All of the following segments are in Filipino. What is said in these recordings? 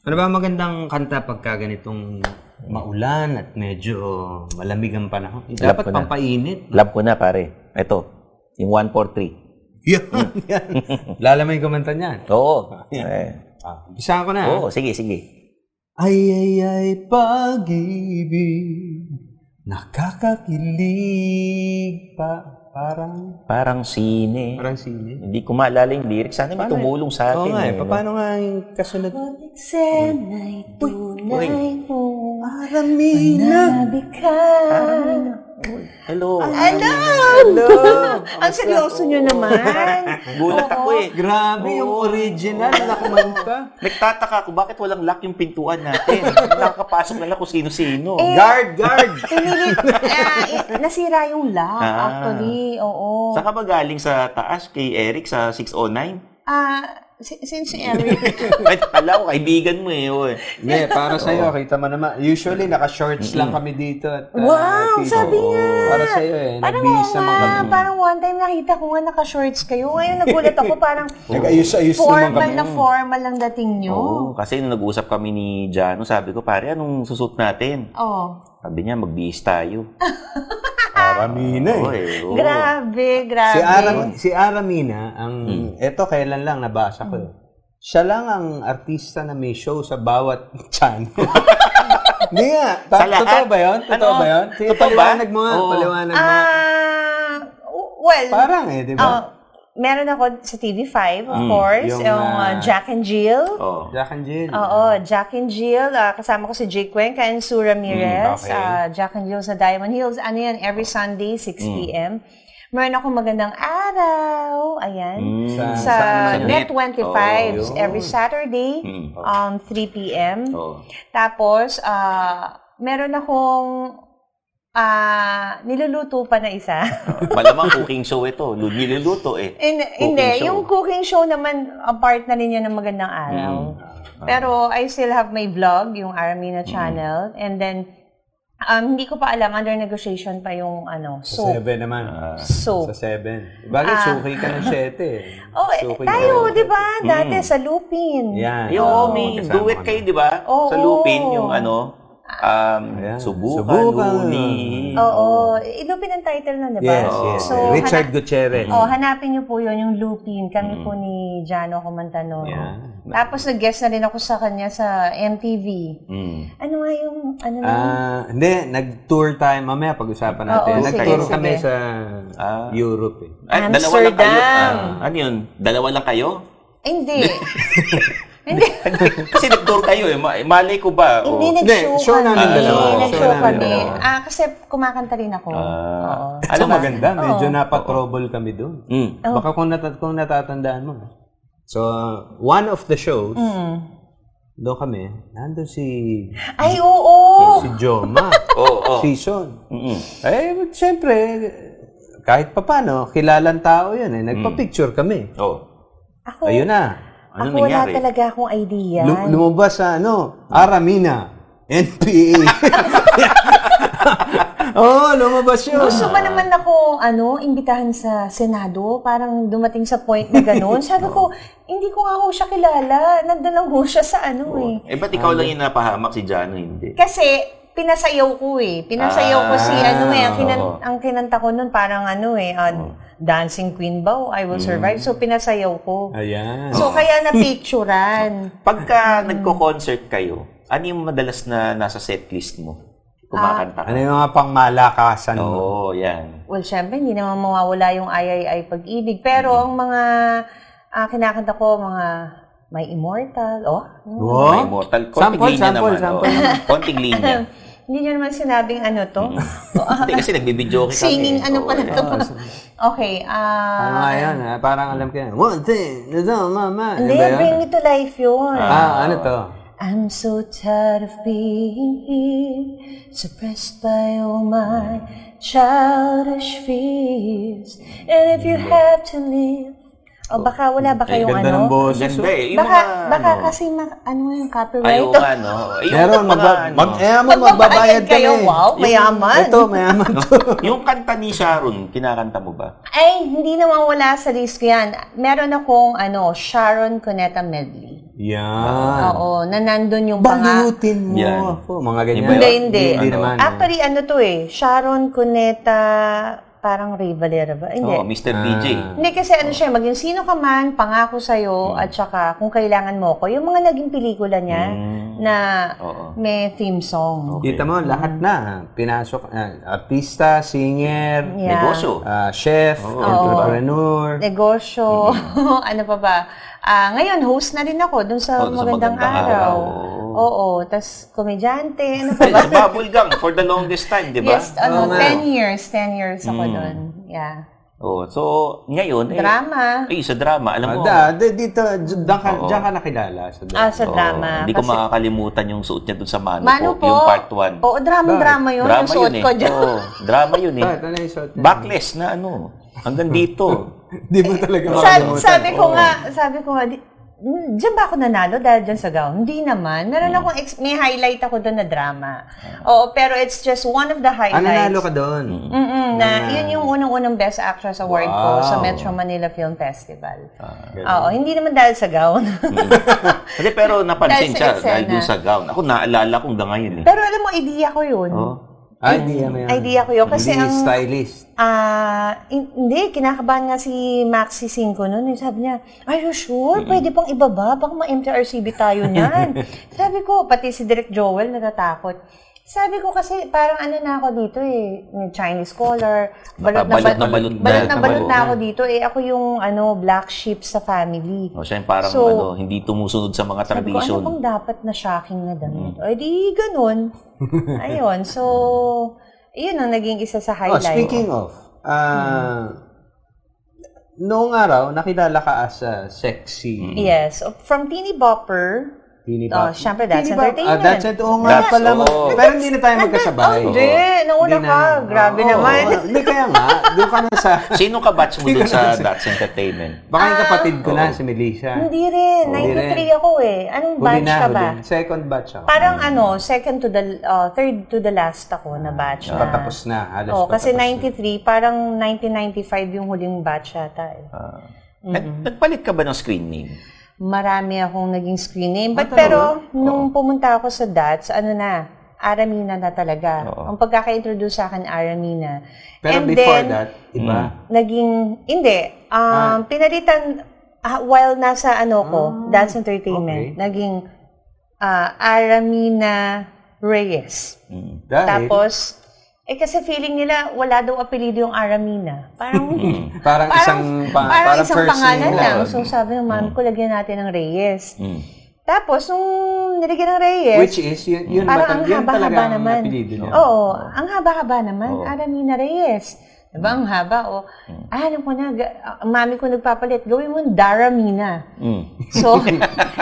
Ano ba ang magandang kanta pagka ganitong maulan at medyo malamig ang panahon? Eh, Alam ko Dapat na. pampainit. Love ko na, pare. Ito. Yung 143. Yan, yan. Lalamay kumanta niyan. Oo. Eh. Ah, Umpisahan ko na. ah. Oo, sige, sige. Ay, ay, ay, pag-ibig, nakakakilig pa, parang, Parang sine. parang sili. Hindi ko maalala yung lyrics. Sana may Paano eh? tumulong sa Oo atin. nga, eh. eh, no? paano nga yung kasunod? Sena'y tunay mong Ano? Aramina! nabi ka. eh? Hello. Ano? Hello! Ano? Ang seryoso nyo naman. Gulat ako eh. Grabe yung original na kumanta. Nagtataka ako, bakit walang lock yung pintuan natin? Nakakapasok na lang kung sino-sino. Eh, guard, guard! Pinili, ah, eh, nasira yung lock, Ah. actually. Oo. Saan ka ba galing sa taas kay Eric sa 609? Ah, si- since Eric, Kahit pala ko, kaibigan mo eh. oy. Ne, para sa'yo, kita mo naman. Usually, naka-shorts lang kami dito. At, uh, Wow, t-shirt. sabi niya. Para sa'yo eh, parang oo nagbihis naman nga, kami. parang one time nakita ko nga naka-shorts kayo. Ngayon nagulat ako, parang Nag-ayos-ayos naman formal kami. na formal ang dating nyo. Oo, kasi nung nag-usap kami ni Jano, sabi ko, pare, anong susuot natin? Oh. Sabi niya, magbihis tayo. Aramina Oo, eh, oo. Grabe, grabe. Si, Aram, si Aramina, ang, eto kailan lang nabasa ko. eh. Siya lang ang artista na may show sa bawat channel. Hindi nga. Sa Ta- lahat? totoo ba yun? Totoo Ano? ba yun? Sige, Totoo ba? paliwanag mo nga. Oo. Paliwanag mo. nga. Ah, well, Parang eh, di ba? ah, meron ako sa TV5, of course, yung, yung, ah, ah, Jack and Jill. Oo. Jack and Jill. Oo, Jack and Jill. ah, kasama ko si Jake Cuenca and Sue Ramirez. okay. Ah, Jack and Jill sa Diamond Hills. Ano yan? Every Sunday, 6 p.m. Meron akong magandang araw. Ayan. Hmm. Sa- oh. Sa saan man yan? Net 25 Oo, Mm. Oh, yun. every Saturday, Mm. Oh. um, 3 p.m. Oo. Tapos, ah, meron akong ah, niluluto pa na isa. Malamang cooking show ito. Lu- Niluluto eh. In, Cooking hindi, show. yung cooking show naman, a part na rin yan ng magandang araw. Hmm. Mm. Ah. Pero I still have my vlog, yung Aramina channel. And then, um, hindi ko pa alam, under negotiation pa yung ano, Sa soap. seven naman. Soap. Sa seven. Bagay, Ah. suki ka ng siyete. eh. Oh, eh, Suki ka tayo, ng di siyete. ba? Dati sa Lupin. Yan. Yo, Oo, may kasama ko duet kayo, na. di ba? Oo. Sa Lupin, yung ano, um, Ayan. Subukan, Subukan. Luni. Oo. Eh, Lupin ang title nun, di ba? Oh. Yes, yes. So, Richard Mm. Gutierrez. Oh, hanapin niyo po yun, yung Lupin. Kami po ni Jano kumanta noon. Tapos nag-guest na rin ako sa kanya sa MTV. Mm. Ano nga yung, ano na? Ah, hindi, nag-tour tayo mamaya pag-usapan natin. Oo, Nag-tour sige, kami sige. sa Ah. Europe eh. Ay, dalawa lang kayo. Amsterdam. Ah, ano yun? Dalawa lang kayo? Ay, hindi. hindi. Kasi nag-tour kayo eh. Ma- malay ko ba? Hindi, Oo. nag-show Hindi, show kami. namin dalawa. Hindi, Show Nag-show namin kami. dalawa. Ah, kasi kumakanta rin ako. Oo. Ah, Alam ba? Ano maganda, medyo Oo. napa-trouble kami doon. Mm. Baka kung, natat kung natatandaan mo. So, one of the shows, Mm. doon kami, nandun si, Ay, oo! si Joma, Oo, oo. si Sean. Mm-mm. Eh, siyempre, kahit papano, kilalang tao yun eh. Nagpa-picture kami. Oo. Ako, Ayun na. Ano ako wala nangyari? talaga akong idea. Lum- lumabas sa ano, Aramina, NPA. Oo, oh, lumabas yun. Gusto ba naman ako, ano, imbitahan sa Senado? Parang dumating sa point na gano'n. Sabi ko, hindi ko nga ho siya kilala. Nandun lang ho siya sa ano eh. Eh, ba't ikaw lang yung napahamak si Jano? Hindi. Kasi, pinasayaw ko eh. Pinasayaw ko si Ah, ano eh. Ang, kinan- oo. ang kinanta ko nun parang ano eh, ah, Dancing Queen ba? o I Will Survive. So, pinasayaw ko. Ayan. So, kaya napicturean. Pagka nagko-concert kayo, ano yung madalas na nasa setlist mo? Kumakanta ka? Ano yung mga pangmalakasan mo? Oo, yan. Well, syempre, hindi naman mawawala yung ay ay ay pag-ibig. Pero ang mga ah, kinakanta ko, mga My Immortal, oh, hmm. Wow. May mortal. Konting Sample, linya sample, naman. sample. oo. Konting linya. hindi nyo naman sinabing ano to. Mm. Hindi, kasi nagbibidyo kami. Singing, ano Oo, pala yan. to. okay, Ano ah... nga yan? ah? Parang alam ko yan. One thing, that's all, mama. Ano Hindi, ba yun? bring me to life yun. Ah, ano to? I'm so tired of being here, suppressed by all my childish fears. And if you have to leave, O oh, baka wala ba kayong Ganda ng ano? boses. Ganda eh. Yung Baka, mga, baka ano, kasi ma- ano yung copyright. Ayaw nga, no? Yung Meron, mga, magba- mag, ano, eh, mo, Magbabayad magbabayad ka na kayo, eh. wow, mayaman. Ito, mayaman. yung kanta ni Sharon, kinakanta mo ba? Ay, hindi naman wala sa list ko yan. Meron akong ano, Sharon Cuneta medley. Yan. Ah. Oo, na nandun yung panga. Balutin mo Yan. ako. Mga ganyan. Iba Hindi, hindi. Hindi Ano? naman. Actually, ano to eh, Sharon Cuneta, parang Ray Valera ba? Hindi. Oo, Mr. Ah. DJ. Hindi kasi ano siya, maging sino ka man, pangako sa'yo, Hmm. at saka kung kailangan mo ko, yung mga naging pelikula niya na Hmm. Oo. may theme song. Kita mo, lahat na. Pinasok, ah, artista, singer, Yeah. Negosyo. ah, chef, entrepreneur. Negosyo, ano pa ba. Ah, ngayon, host na rin ako dun sa Oh, dun sa Magandang, Magandang Araw. Araw. Oo, tas komedyante, ano pa Ay, ba? sa Bubble Gang, for the longest time, di ba? Yes, ano, Oo nga. 10 years, 10 years ako dun. Yeah. Oo, so, ngayon, Mm. eh, Drama. Ay, sa drama, alam Oh. mo. Da, di- dito, diyan ka, diyan ka nakilala. Sa Ah, sa oo, drama. eh, oh, Hindi ko Kasi- makakalimutan yung suot niya dun sa Mano, Mano po. Yung part 1. Oo, drama-drama yun. yung suot ko dyan. eh. Oo, drama yun eh. Bakit? Ano yung suot niya? Backless na ano. Hanggang dito. Di mo talaga sabi, makalimutan. sabi ko nga, sabi ko nga, di- "Hmm, diyan ba ako nanalo dahil diyan sa gown? Hindi naman. Meron Mm. akong, ex- may highlight ako doon na drama. Ah. Oo, pero it's just one of the Ah, highlights. nanalo ka doon. Mm-mm, na, yun yung unang-unang Best Actress Award Wow. ko sa Metro Manila Film Festival. Oo, hindi naman dahil sa gown. Kasi pero napansin Dahil sa siya dahil eksena. dun sa gown. Ako naalala ko hanggang ngayon eh. Oh, Pero alam mo, idea ko yun. Oo. Ay, Ah, idea mo yan. Idea ko yun. Kasi Hindi, ang- stylist. Ah, hin- hindi, kinakabahan nga si Maxi Cinco noon. Eh, Sabi niya, are you sure? Pwede pang ibaba? Baka ma-MTRCB tayo niyan. Sabi ko, pati si Direk Joel natatakot. Sabi ko kasi parang ano na ako dito eh, Chinese scholar, balot na Balot na balot, balot na. balot na balot na Oo. ako dito eh. Ako yung ano, black sheep sa family. O, siya yung parang So, ano, hindi tumusunod sa mga Sabi ko, ano tradition. bang dapat na shocking na damit? O, di ganun. Ayun, so, yun ang naging isa sa Oh, highlight. speaking of, ah, Mm. noong araw, nakilala ka as a sexy Yes. From Teeny Bopper. tini Oh, syempre, that's Tini Bop. entertainment. Ah, that's it. Oo nga That's- pala. mag- oo. Pero hindi na tayo magkasabay. Oh, hindi. Nauna Hindi ka. Grabe Oo, naman. oo. Hindi kaya nga. Doon ka na sa... Sino ka batch mo dun sa Dots Entertainment? Baka yung kapatid ko na, si Melissa. Ah. Hindi rin. Oo. 93 ako eh. Anong Huli batch na, Mm. ka huli. ba? Second batch ako. Parang ano, second to the, uh, third to the last ako na batch na. Patapos Ah, na. Halos Oh, kasi patapos 93, parang 1995 yung huling batch yata eh. Mm. Ah. Mm-hmm. Nag- Nagpalit ka ba ng screen name? Marami akong naging screen name. Ah, But pero, nung pumunta ako sa DATS, ano na, Aramina na talaga. Oo. Ang pagkaka-introduce sa akin, Aramina. Pero And before then, that, iba. naging hindi um pinalitan ah, while nasa ano ko dance Ah, entertainment okay. naging ah, Aramina Reyes Dahil, tapos eh kasi feeling nila wala daw apelyido yung Aramina parang parang, parang isang, pa, parang parang isang first pangalan name Oh. lang so sabi ng mami ko lagyan natin ng Reyes Mm. tapos nung nilagyan ng Reyes Which is, yun, yun, Parang matal- ang yun talaga haba-haba ang naman. Oh, apelido niya. Oo, ang haba-haba naman. Oo. Aramina Reyes. Diba? Ang haba, o. Ah, alam ko na, ga- ah, mami ko nagpapalit. Gawin mo Daramina. Mm. So,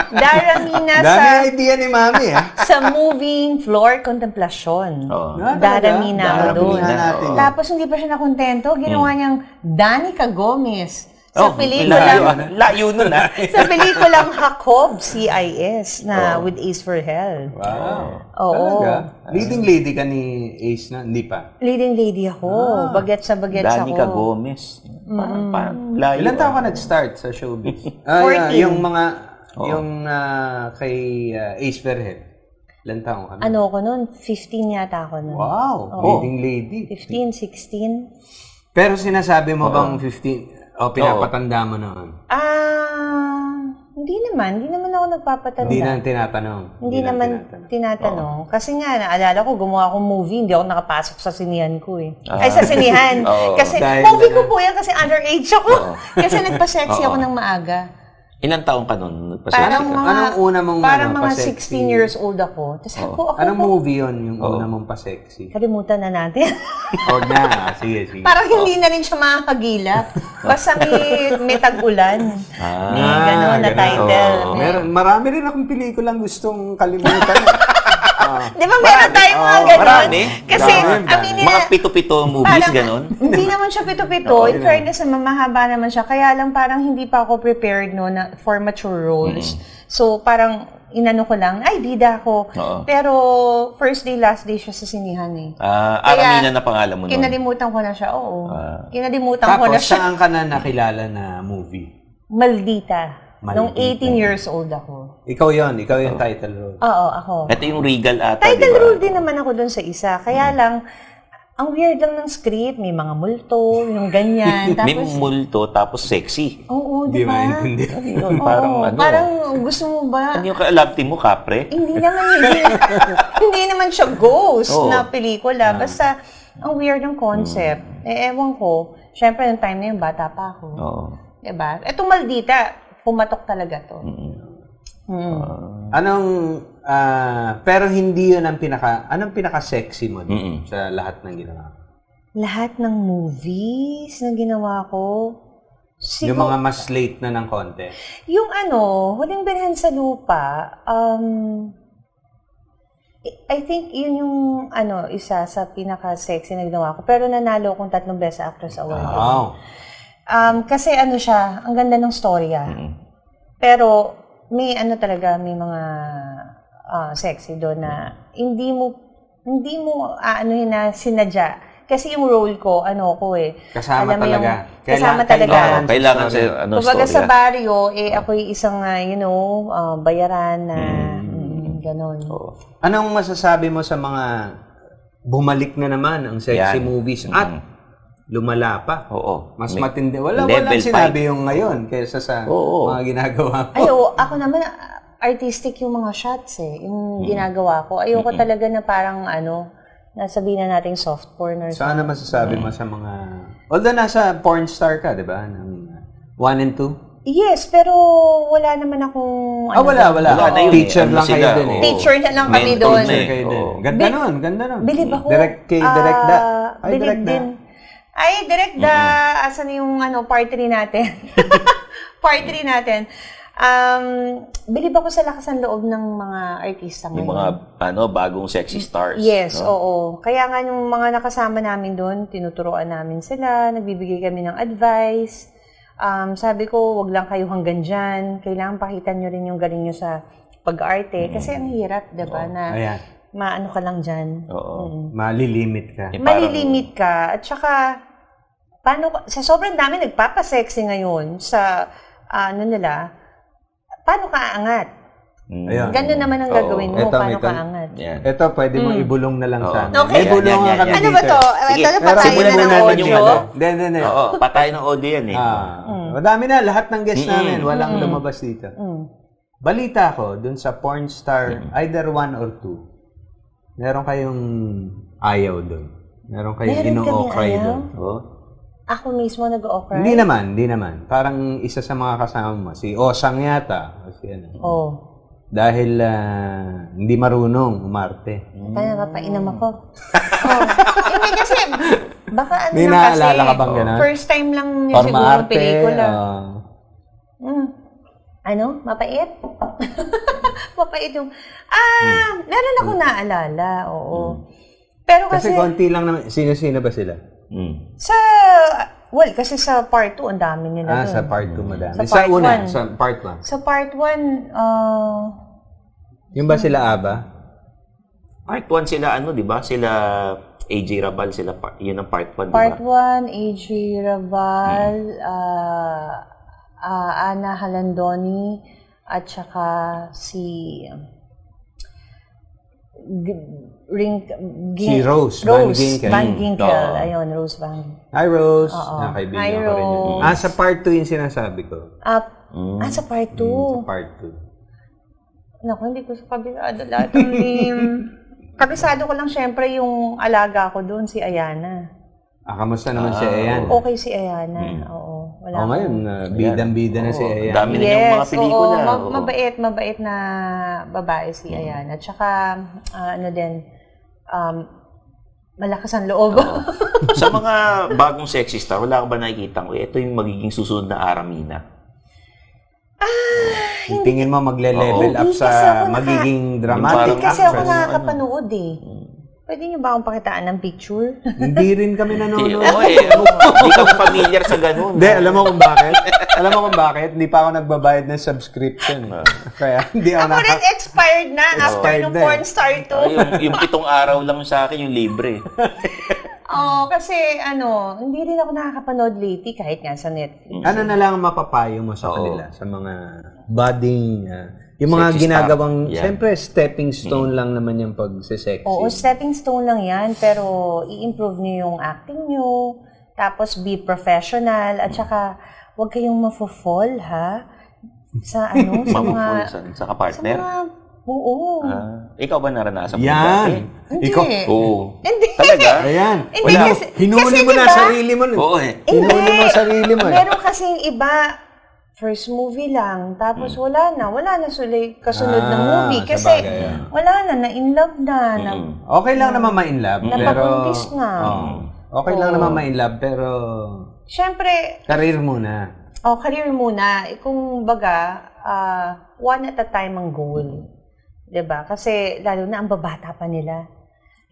Daramina sa, Dami idea ni Mami, ah. sa moving floor contemplation. Oo. Ah, talaga? Daramina ako doon. Daramina natin. Oo. Tapos hindi pa siya nakontento. Ginawa niyang Danica Gomez. Sa Oh, layo, pelikulang, ah. layo nun ah. sa pelikulang Hakob CIS na with Ace for Health. Wow. Oo. Talaga? Leading lady ka ni Ace na? Hindi pa. Leading lady ako. Bagets sa bagets ako. Mm. Danica Gomez. Parang, parang layo. Ilan taon ah. ka nag-start sa showbiz? Ah, yeah, 14. yung mga, yung ah, kay ah, Ace Verhel. Ilan taon ka na? Ano ko noon? 15 yata ako noon. Ah. Wow, leading lady. 15, 16. Pero sinasabi mo bang 15, o pinapatanda mo noon? Ah, hindi naman. Hindi naman ako nagpapatanda. Hindi na tinatanong. Hindi na naman tinatanong. tinatanong. Kasi nga, naalala ko, gumawa akong movie, hindi ako nakapasok sa sinihan ko eh. Ay, sa sinihan. Oo. kasi, Ah. Dahil movie na- ko po yan kasi underage ako. kasi nagpa-sexy ako ng maaga. Ilan taon ka nun? Nagpasexy ka? Parang mga, Anong una mong, parang ano, mga pa-sexy? Ano? 16 years old ako. Tapos sabi ko, ako Anong po, movie yon yung una mong pa-sexy? kalimutan na natin. Huwag na. Sige, sige. Parang hindi na rin siya makakagilap. Basta may, may tag-ulan. Ah. may ganun na ganun. title. Meron, marami rin akong pelikulang gustong kalimutan. Ah. Di ba meron tayong mga Oo, ganun? marami. Kasi, Marami, marami. aminin Mga na, pito-pito movies, Parang- ganon. Hindi naman siya pito-pito. Oo, In yun fairness, naman, mahaba naman siya. Kaya lang parang hindi pa ako prepared no, na, for mature roles. So parang inano ko lang, ay bida ako. Oo. Pero first day, last day siya sa sinihan eh. Ah, Kaya, Aramina na pangalan mo nun. Kinalimutan ko na siya, oo. Ah. Kinalimutan ko na Tapos, siya. saan ka na nakilala na movie? Maldita. Nung Maldita. 18 years old ako. Ikaw yon ikaw yung title role. Oo, ako. Ito yung Regal ata, di ba? Title Mm. role din naman ako dun sa isa. Kaya lang, ang weird lang ng script. May mga multo, yung ganyan. May Tapos, multo, tapos sexy. Oo, Hindi di ba? maintindihan. Yun, parang Oo, ano. Parang gusto mo ba? Ano yung ka-love team mo, Kapre? Hindi naman hindi, hindi naman siya ghost Oo. Ah. na pelikula. Basta, ang weird ng concept. Mm. Eh, ewan ko. Siyempre, nung time na yun, bata pa ako. Oo. Diba? Eto maldita, pumatok talaga to. Ah. Mm. Anong, ah, pero hindi yun ang pinaka, anong pinaka-sexy mo Mm-mm. dun sa lahat ng ginawa? mo? Lahat ng movies na ginawa ko, siguro, Yung mga mas late na ng konti. Yung ano, huling bilhan sa lupa, um, I- I think yun yung ano, isa sa pinaka-sexy na ginawa ko. Pero nanalo akong tatlong beses sa Actress Award. Wow. Um, kasi ano siya, ang ganda ng storya. Mm. Pero may ano talaga, may mga ah, sexy doon na hindi mo, hindi mo aanuhin na sinadya. Kasi yung role ko, ano ko eh. Kasama alam mo talaga. yung- kasama talaga. Oo, kailangan sa Sorry. ano, Kumbaga sa storya. baryo, eh ako yung isang, ah, you know, ah, bayaran na, mm, ganon. Oo. Anong masasabi mo sa mga bumalik na naman ang sexy Yan. movies at lumala pa? Oo. Mas May- matindi. Wala, Level walang sinabi five. yung ngayon kaysa sa Oo. mga ginagawa mo. Ay, oo, ako naman, ah, artistic yung mga shots eh, Mm. yung ginagawa ko. Ayoko talaga na parang, ano, nasabihin na nating soft porn or So, ano masasabi mo sa mga... Although nasa porn star ka, di ba? Ng one and two? Yes, pero wala naman akong... ano, Ah, wala, wala. Wala na yun eh. Teacher Ano lang sila, kayo din eh. oo. Teacher na lang kami Mentor doon. na eh. Kayo din. Oo. Ganda Bil- nun, ganda nun. Bilib ako. Direct kay, direct da. ah, Ay, bilib direct da. din. Ay, direct da. Asan yung ano, part 3 natin? part 3 natin. Um, bilib ako sa lakas ng loob ng mga artista Yung ngayon. mga ano, bagong sexy stars. Yes, no? oo. Kaya nga yung mga nakasama namin doon, tinuturoan namin sila, nagbibigay kami ng advice. Um, sabi ko, wag lang kayo hanggang dyan. Kailangan pakita nyo rin yung galing nyo sa pag-arte. Kasi ang hirap, di ba, na Ayan. maano ka lang dyan. Oo. Mm. Malilimit ka. Eh, parang- Malilimit ka. At saka, paano, ka- sa sobrang dami nagpapasexy ngayon sa, ah, ano nila, paano ka aangat? Mm. Ayan. Ganun naman ang Oo. gagawin mo, Eto, may paano ka tan- aangat. Yan. Ito, pwede mo ibulong na lang Oo. sana. Hmm. Okay. May bulong Yan, yan, kami yan. Ano ba dito. eh. to? Sige, Ito na pero patayin simulan na ng muna natin audio? yung ano. Hindi, hindi. Oo, patay ng audio yan eh. Ah, Madami na, lahat ng guests namin, walang lumabas dito. Mm. Balita ko, dun sa porn star, either one or two, meron kayong ayaw dun. Meron kayong Meron ino-okray kaming ayaw? dun. Oo. Ako mismo nag-offer? Hindi naman, hindi naman. Parang isa sa mga kasama mo, si Osang yata. o si ano. Oo. Dahil ah, hindi marunong umarte. Oh, kaya napapainam ako. Oo. Hindi kasi, baka ano May lang kasi. naalala ka bang ganun? First time lang yun Or siguro maarte. pelikula. ah, Mm. Ano? Mapait? Mapait yung... Ah! Meron ako naalala, oo. Pero kasi Hmm. kasi, konti lang naman. Sino-sino ba sila? Mm. sa... Well, kasi sa part 2, ang dami Ah, nila dun. sa part 2 madami. Sa Sa, part una, one. sa part Sa part 1, ah... 1. Yung ba sila Aba? Part 1 sila ano, 'di ba? Sila AJ Rabal sila par- 'yun ang part Diba? 1, 'di ba? Part 1, AJ Raval, Mm. ah ah, Ana Halandoni, at saka si G- Ring, Si Rose Van Ginkel. Van Mm, Ginkel. oo. Ayun, Rose Van. Hi, Rose. Oo. Ah, kaibigan Hi, ko rin yun. Rose. Ah, sa part 2 yung sinasabi ko. Ah, Hmm. Mm. ah, sa part 2. Sa part 2. Naku, hindi ko sa kabisado lahat ng name. kabisado ko lang syempre yung alaga ko doon, si Ayana. Ah, kamusta naman siya Ayan? Oh, Okay si Ayana, oo. Wala akong- ngayon, ah, bidang-bida na si Oo, Ayan. Oh, dami. Yun yung mga pelikula, oo. Ma- oo. mabait, mabait na babae si Ayana. Tsaka, ah, ano din, um, malakas ang loob. sa mga bagong sexy star, wala ka ba nakikita ko? Ito yung magiging susunod na Aramina. Yung tingin mo magle-level Oo. up Hindi sa kasi ako naka- magiging Parang Hindi dramatic kasi ako actress. nakakapanood eh. Pwede niyo ba akong pakitaan ng picture? Hindi rin kami Hindi, nanonood. oo eh. Hindi ka familiar sa ganun. Hindi, alam mo kung bakit? alam mo kung bakit? Hindi pa ako nagbabayad ng subscription. Eh. Ah. Kaya hindi ako Ako naka... rin eh. expired na after Expired nung na eh. porn star Ah, to. yung, yung pitong araw lang sa akin, yung libre. Oo, kasi ano, hindi rin ako nakakapanood lately kahit nga sa Netflix. Ano na lang ang mapapayo mo sa Oo. kanila? Sa mga budding... ah, yung mga Sexy Hmm. ginagawang... star. Yeah. Siyempre, stepping stone lang naman yung pag-sexy. Oo, stepping stone lang yan, pero i-improve niyo yung acting niyo, tapos be professional, at saka huwag kayong mafo-fall, ha? Sa ano, sa mga... Mamuful sa, sa Sa kapartner. mga... Oo. Ah, ikaw ba naranasan mo dati? Yan! Hindi. Ikaw... Oo. Hindi. Talaga? Ayan. Hindi, Hinu- kasi- hinuli kasi mo na diba- sarili mo. Oo eh. Hinuli mo sarili mo. eh. Meron kasing iba, first movie lang, tapos wala na. Wala na suli, kasunod na Hmm. Ah, movie. sa Kasi bagay, ah. wala na, na-in love na. na Okay lang naman ma-in love. pero... Napabuntis na. Oo. okay lang naman ma-in love, pero... Siyempre, Karir muna. oh, career muna. Eh, Kung baga, ah, one at a time ang goal. 'Di ba? Kasi lalo na ang babata pa nila.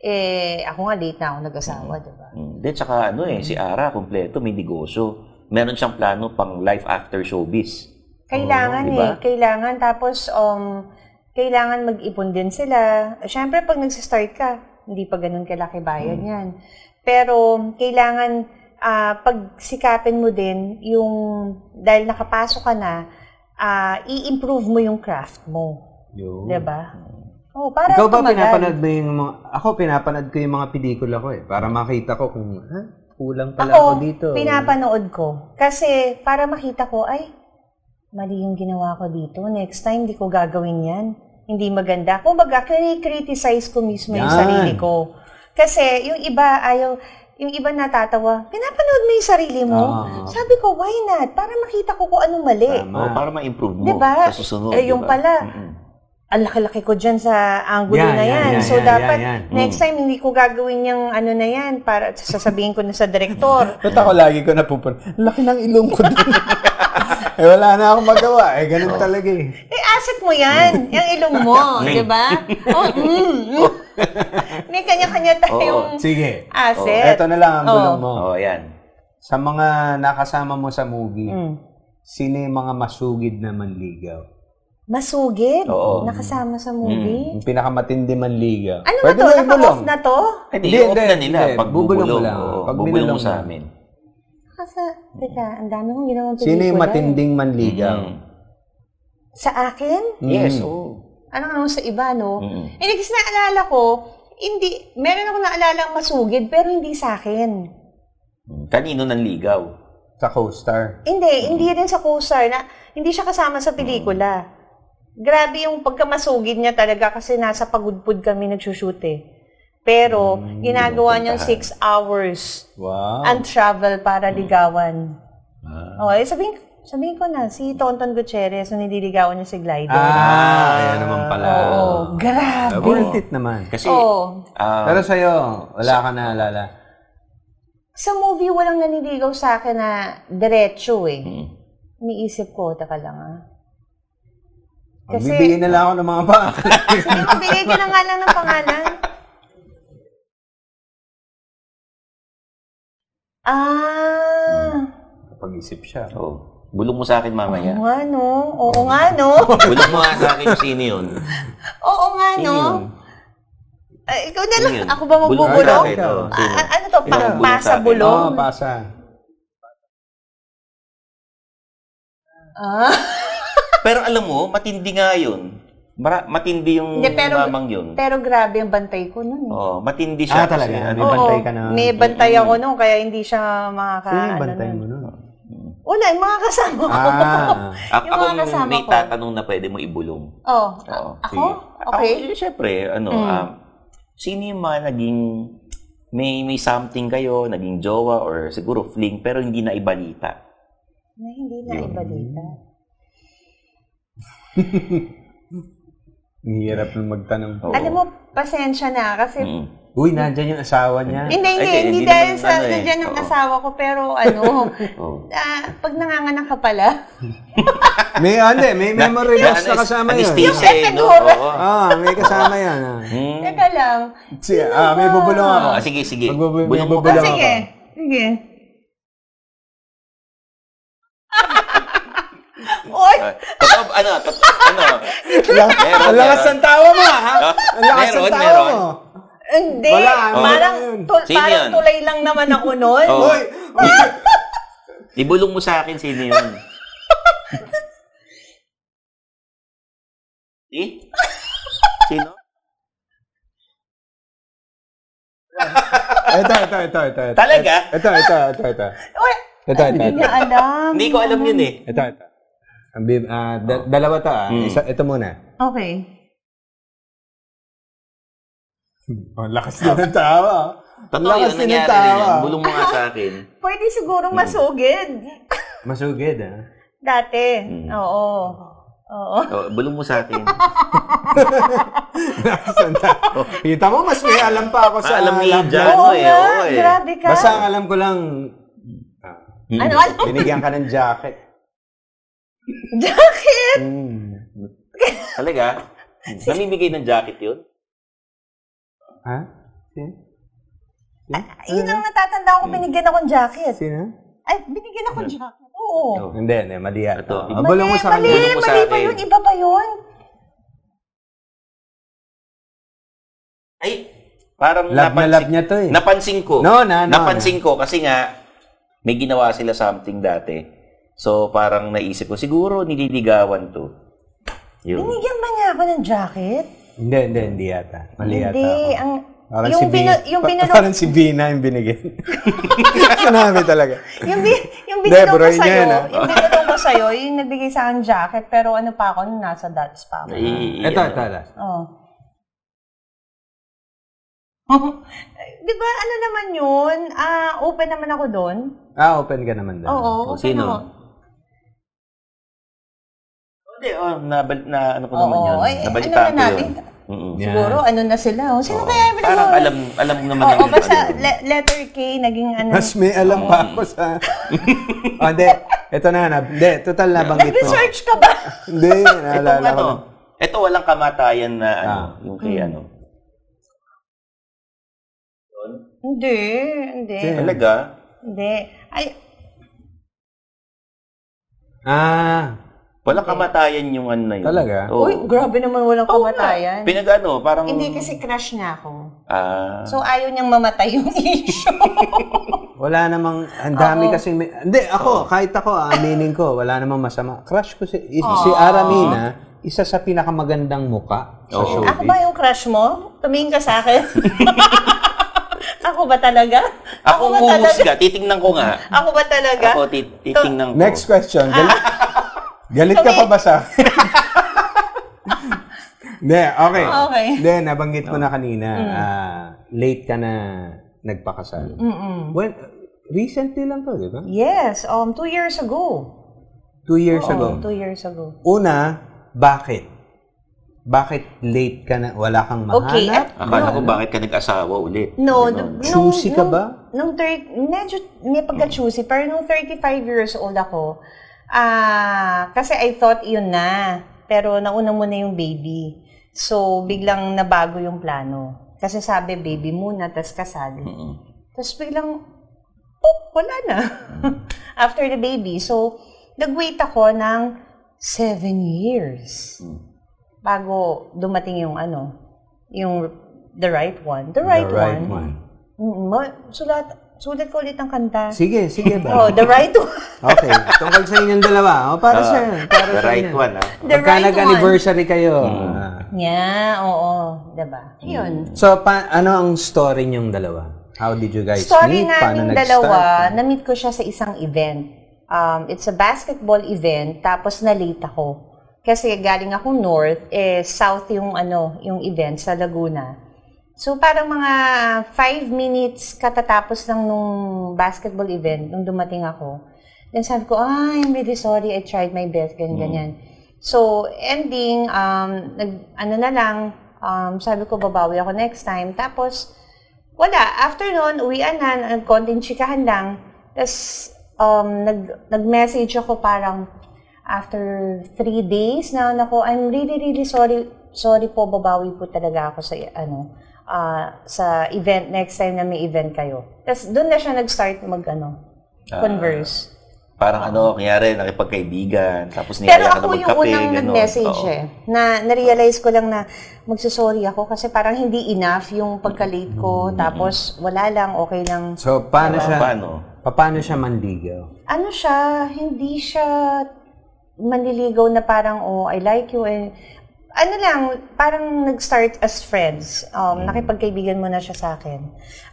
Eh, ako nga late na ako nag-asawa, Mm. diba? 'di ba? Hindi, tsaka ano eh, si Ara, kompleto, may negosyo. Meron siyang plano pang life after showbiz. Kailangan Oo, diba? eh. Kailangan. Tapos, um, kailangan mag-ipon din sila. Siyempre, pag nagsistart ka, hindi pa ganun kalaki bayad Mm. yan. Pero, kailangan ah, pag sikapin mo din yung, dahil nakapasok ka na, ah, i-improve mo yung craft mo. Mm. Yun. 'Di ba? Oh, para Ikaw ba Diba? tumagal. pinapanood mo yung mga... Ako, pinapanood ko yung mga pelikula ko eh. Para makita ko kung, ha? Kulang pala ako, Ako, dito. pinapanood ko. Kasi, para makita ko, ay, mali yung ginawa ko dito. Next time, hindi ko gagawin yan. Hindi maganda. Kung baga, criticize ko mismo yung Yan. sarili ko. Kasi, yung iba, ayaw, yung iba natatawa, pinapanood mo yung sarili mo? Ah. Sabi ko, why not? Para makita ko kung anong mali. Tama. Oo, para ma-improve mo Diba? sa susunod. Eh, yung diba? pala. Mm-mm. Ang laki-laki ko dyan sa angulo Yan, na yan, yan. yan, so, yan, dapat, yan, Mm. yan. next time, hindi ko gagawin yung ano na yan para sasabihin ko na sa direktor. Ba't ako lagi ko napupun? Laki ng ilong ko dun. eh, wala na akong magawa. Eh, ganun talaga eh. Eh, asset mo yan. Yung ilong mo, di ba? Oh, mm, mm. May kanya-kanya tayong Sige. asset. Eto na lang ang Oo. bulong mo. Oo, yan. Sa mga nakasama mo sa movie, Mm. sino yung mga masugid na manligaw? Masugid. Oo. Nakasama sa movie. Yung pinakamatindi manligaw. Ano Mm. Pwede mo ba to? Naka-off ibulong. na to? Hindi, Hindi, hindi, off hindi, na nila. hindi. Pag Bubulong bubulong, lang. oo, Pag bubulong binulong mo sa lang. amin. Nakasa... Teka, ang dami kong ginawang pelikula. Sino yung eh. matinding manligaw? Mm. Mm. Sa akin? Yes, oo. Ano ano sa iba, no? Mm. Hindi kasi naalala ko, hindi, meron ako naalala ang masugid, pero hindi sa akin. Mm. Kanino nang ligaw? Sa co-star. Hindi, hindi rin sa Kusar na hindi siya kasama sa pelikula. Grabe yung pagkamasugid niya talaga kasi nasa pagudpud kami nagsushoot eh. Pero ginagawa niyang six hours Wow. ang travel para ligawan. Okay, sabihin, sabihin ko na, si Tonton Gutierrez na nililigawan niya si Glider. ah, ayan naman pala. Ah, Oo, grabe. Worth it naman. Kasi, Oo. ah, Pero sa'yo, wala ka naalala. Sa movie, walang naniligaw sa akin na diretso eh. mm. Niisip ko, taka lang ah. Kasi- Bibigyan na lang ako ng mga pa. Sige, mabigay ka na nga lang ng pangalan. Ah, Pag-isip siya. oo. oh, bulong mo sa akin mamaya. oo nga no. Oo nga no. bulong mo nga sa akin kung sino yun. Oo nga Sino no. yun? Ah, ikaw na Sino lang. yun? Ako ba Bulong mo sa magbubulong? akin, oo. Sino? Ah, ano to? Ikaw, bulong sa Pang pasa akin. Oo, bulong? pasa. Ah, Pero alam mo, matindi nga yun. Mara, matindi yung Hindi, pero- mamang yun. pero grabe ang bantay ko nun. eh. Oo, matindi Ah, siya. talaga? Kasi, ano, May bantay Oo, ka na. May bantay ako nun, kaya hindi siya makaka... Sino yung ano bantay nun. mo nun? Una, yung mga kasama ko. Ah. a- Yung ako mga kasama may ko. tatanong na pwede mo ibulong. Oh, Oo, ako? sige. Okay. Mm. Ako, eh, syempre, ano, um, sino yung mga naging, may, may something kayo, naging jowa or siguro fling, pero hindi na ibalita. na hindi na ibalita. Ang hirap na magtanong. Oo. Alam mo, pasensya na kasi Mm. Uy, nandyan yung asawa niya. Hindi, hindi, Ay, hindi hindi dahil naman sa ano eh. nandiyan ang Oo. asawa ko, pero ano, Oo. ah, pag nanganganak ka pala, May ano eh, may memory loss Ano, na kasama yun. Anesthesia, eh, no? Yung Oo. Ah, may kasama yan. Ah. Hmm. teka lang. Si, ah, may bubulong ako. Ah, sige, sige. Magbubu- Bulong mo Wala Ah, ka ka. sige, ba? sige. Oy, Ah, Totoo, ano, totoo, ano. Lang- Meron, Ang lakas meron. ng tawa mo, ha? Ah, Ang lakas ng meron, tawa meron. mo. hindi. Wala, ano parang, yun? tul- Sino parang yun? tulay lang naman ako nun. Oo. Uy, Ibulong mo sa akin sino yun. Eh? Sino? ito, ito, ito, ito. ito. Talaga? Ito, ito, ito, ito. Uy, Ito, ito, hindi ito. niya alam. Hindi ko alam yun eh. Ito, ito. Ang bib- ah, Oh. da- dalawa to, ah. Hmm. Isa, ito muna. Okay. Oh, Ang lakas din ng tawa. ah. Ang Totoo yun, lakas din ng nangyari rin tawa. yun. Bulong mo nga sa akin. Pwede Mm. siguro masugid. Masugid, ah. Dati. Mm. Oo. Oo. Oh, bulong mo sa akin. Lakas ng tawa. Kita mo, mas may alam pa ako sa Ah, Oh. alam ni lahat Jan. na- Ano Oo eh, nga, oo eh. grabe ka. Basta ang alam ko lang, ah, Ano, alam? binigyan ka ng jacket. Jacket! Mm. Talaga? Namimigay ng jacket yun? Ha? Sino? Sino? Yun ang natatanda ko, Mm. binigyan akong jacket. Sino? Ay, binigyan akong jacket. Oo. Oo. Oh, Hindi, hindi. Mali yan. Ito. Ah, bulong mo sa mali, kanya. Bulong mo sa mali pa akin. yun. Iba pa yun. Ay, parang Love na love niya to eh. Napansin ko. No, no, no, Napansin ko kasi nga, may ginawa sila something dati. So, parang naisip ko, siguro nililigawan to. Yun. Binigyan ba niya ako ng jacket? Hindi, hindi, hindi yata. Mali yata. Hindi. ako. Ang, Parang yung, si Bina, binu- yung, binulong- parang si Bina yung binigyan. Sinabi talaga. yung, bi- yung Hindi, binulong bro, ko yun sa'yo, yan, ah. yung binulong ko sa'yo, yung nagbigay sa akin jacket, pero ano pa ako, nung nasa Dutch pa ako. Oh. I- Ito, ito, ito. Oo. Di ba, ano naman yun? Ah, open naman ako doon. Ah, open ka naman doon. Oh, Oo, open sino? ako. Hindi, oh, na, na, ano ko Oo, naman yun. ay, Nabalitaan ko yun. ano na natin? Mm-mm. Yeah. Siguro, ano na sila. Oh, sino kaya yung binulong? Parang alam, alam naman Oo, natin basta ano yun. le- letter K, naging ano. Mas may alam pa ako sa... oh, hindi. Ito na, na. Hindi, total na banggit mo. Nag-research ka ba? Hindi, Itong naalala ko. ano, na. ito walang kamatayan na ano, Ah. yung kay Hmm. ano. hindi, hindi. Hindi. Talaga? Hindi. Ay, ano? Ah, Walang kamatayan yung ano na yun. Talaga? Oo. uy, grabe naman walang Oh, Oo nga. kamatayan. Pinag ano, parang... Hindi kasi crush niya ako. Ah. So, ayaw niyang mamatay yung issue. wala namang... Ang dami kasi... may- Hindi, ako, kahit ako, aminin ko, wala namang masama. Crush ko si, is- si Aramina, isa sa pinakamagandang muka sa Oo. showbiz. ako ba yung crush mo? Tumingin ka sa akin. ako ba talaga? ako ba talaga? huhusga, titingnan ko nga. Ako ba talaga? Ako tit- titingnan ko. Next question. Galit, galit ka Okay. pa ba sa akin? Hindi, okay. Okay. Mm. Hindi, nabanggit ko na kanina. ah, late ka na nagpakasal. Mm-mm. When, recently lang to, di ba? Yes, um, two years ago. Two years Oo, ago. two years ago. Una, bakit? Bakit late ka na? Wala kang mahanap? Okay, at- Akala ko bakit ka nag-asawa ulit. No, Ganon. nung, Diba? Choosy ka ba? Nung, nung thir- medyo may pagka-choosy, pero nung 35 years old ako, ah, kasi I thought yun na, pero nauna muna yung baby. So, biglang nabago yung plano. Kasi sabi, baby muna, tas kasal. Mm-mm. Tapos biglang, oh, wala na. After the baby. So, nag-wait ako ng seven years bago dumating yung ano, yung the right one. The right, The right one. one. Mm, ma- sulat, sulat ko ulit ang kanta. Sige, sige Oh, ba? the right one. Okay, tungkol sa inyong dalawa. O, para Ah, sa Para the sa right inyo. one, Hmm. ah. The Pagka right nag-anniversary kayo. ah, Yeah, oo. Diba? Yun. So, pa- ano ang story niyong dalawa? How did you guys Story meet? Paano namin nag-start? dalawa, na-meet ko siya sa isang event. Um, it's a basketball event, tapos na-late ako. Kasi galing ako north, eh, south yung, ano, yung event sa Laguna. So parang mga five minutes katatapos lang nung basketball event, nung dumating ako. Then sabi ko, ah, I'm really sorry, I tried my best, ganyan, ganyan. So, ending, um, nag, ano na lang, um, sabi ko, babawi ako next time. Tapos, wala. After nun, uwian na, ang konting chikahan lang. Tapos, um, nag, nag-message ako parang after three days na nako, I'm really, really sorry. Sorry po, babawi po talaga ako sa, ano, ah, sa event next time na may event kayo. Tapos, doon na siya nag-start mag, ano, converse. Parang ano, kanyari, nakipagkaibigan, tapos Pero niyaya ka na ako yung magkape, unang ganun. nag-message Oo. eh. Na na-realize ko lang na magsasorry ako kasi parang hindi enough yung pagka-late ko. Tapos wala lang, okay lang. So, paano Ano siya, Paano? paano siya manligaw? Ano siya, hindi siya manliligaw na parang, oh, I like you. And, ano lang, parang nag-start as friends. Mm. Um, Nakipagkaibigan mo na siya sa akin.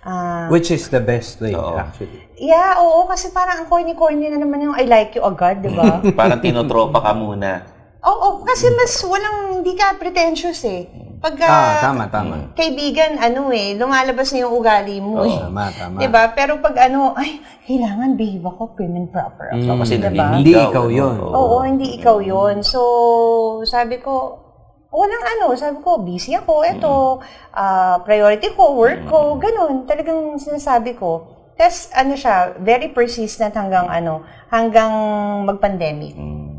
Ah, Which is the best way, Oo. actually. yeah, oo, kasi parang ang corny-corny na naman yung I like you agad, di ba? Parang tinotropa ka muna. Oo, kasi mas walang, hindi ka pretentious eh. Pagka Ah, tama, tama. Hmm. kaibigan, ano eh, lumalabas na yung ugali mo eh. Tama, tama. 'Di ba? Pero pag ano, ay, kailangan behave ako, prim and proper ako. So, Mm, kasi Diba? naliligaw, Hmm, Hindi ikaw ano? yun. Oo. Oo, hindi ikaw Mm. yon So, sabi ko, walang ano, sabi ko, busy ako, Mm. eto, ah, priority ko, work ko, ganun. Talagang sinasabi ko. Tapos, ano siya, very persistent hanggang ano, hanggang mag-pandemic. Mm.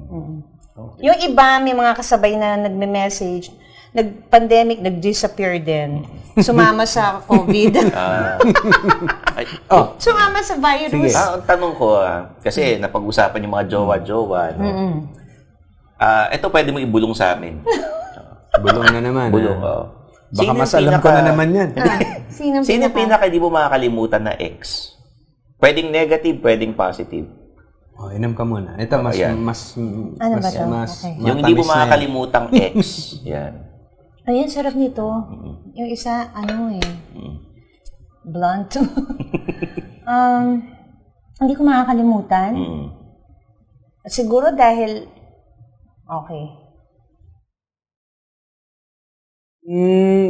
Yung iba, may mga kasabay na nagme-message, nag-pandemic, nag-disappear din. Sumama sa COVID. Ah. Ay, Oh, Sumama sa virus. Sige. ah, ang tanong ko, ah, kasi napag-usapan yung mga jowa-jowa, no? Mm. Ah, ito pwede mo ibulong sa amin. bulong na naman. Bulong, ah. oo. Baka Sino mas yung alam ko pinaka- na naman yan. Ah, sino Sino yung pinaka? pinaka di mo makakalimutan na ex? Pwedeng negative, pwedeng positive. Oh, inom ka muna. Ito, mas, Ayan. mas, Ano mas, ba to? mas, Okay. yung hindi matamis na mo yan. makakalimutang ex. Yan. Ayun, sarap nito. Yung isa, ano eh, blunt. um, hindi ko makakalimutan. Mm. Siguro dahil, okay. Hmm,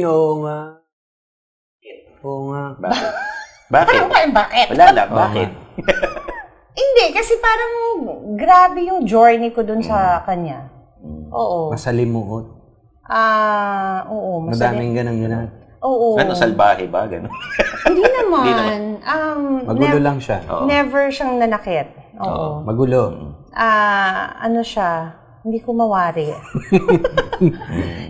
Mm, oo nga. Oo nga. Bakit? Bakit? Parang kayo, bakit? Wala lang, bakit? Hindi, kasi parang grabe yung journey ko dun sa kanya. Oo. Masalimuot. Ah, oo, masarap. Madaming ganang ganan. Oo. Ano, salbahe ba? Ganun. Hindi naman. Um, Magulo nev- lang siya. Oo. Never siyang nanakit. Oo. Magulo. Ah, ano siya? Hindi ko mawari.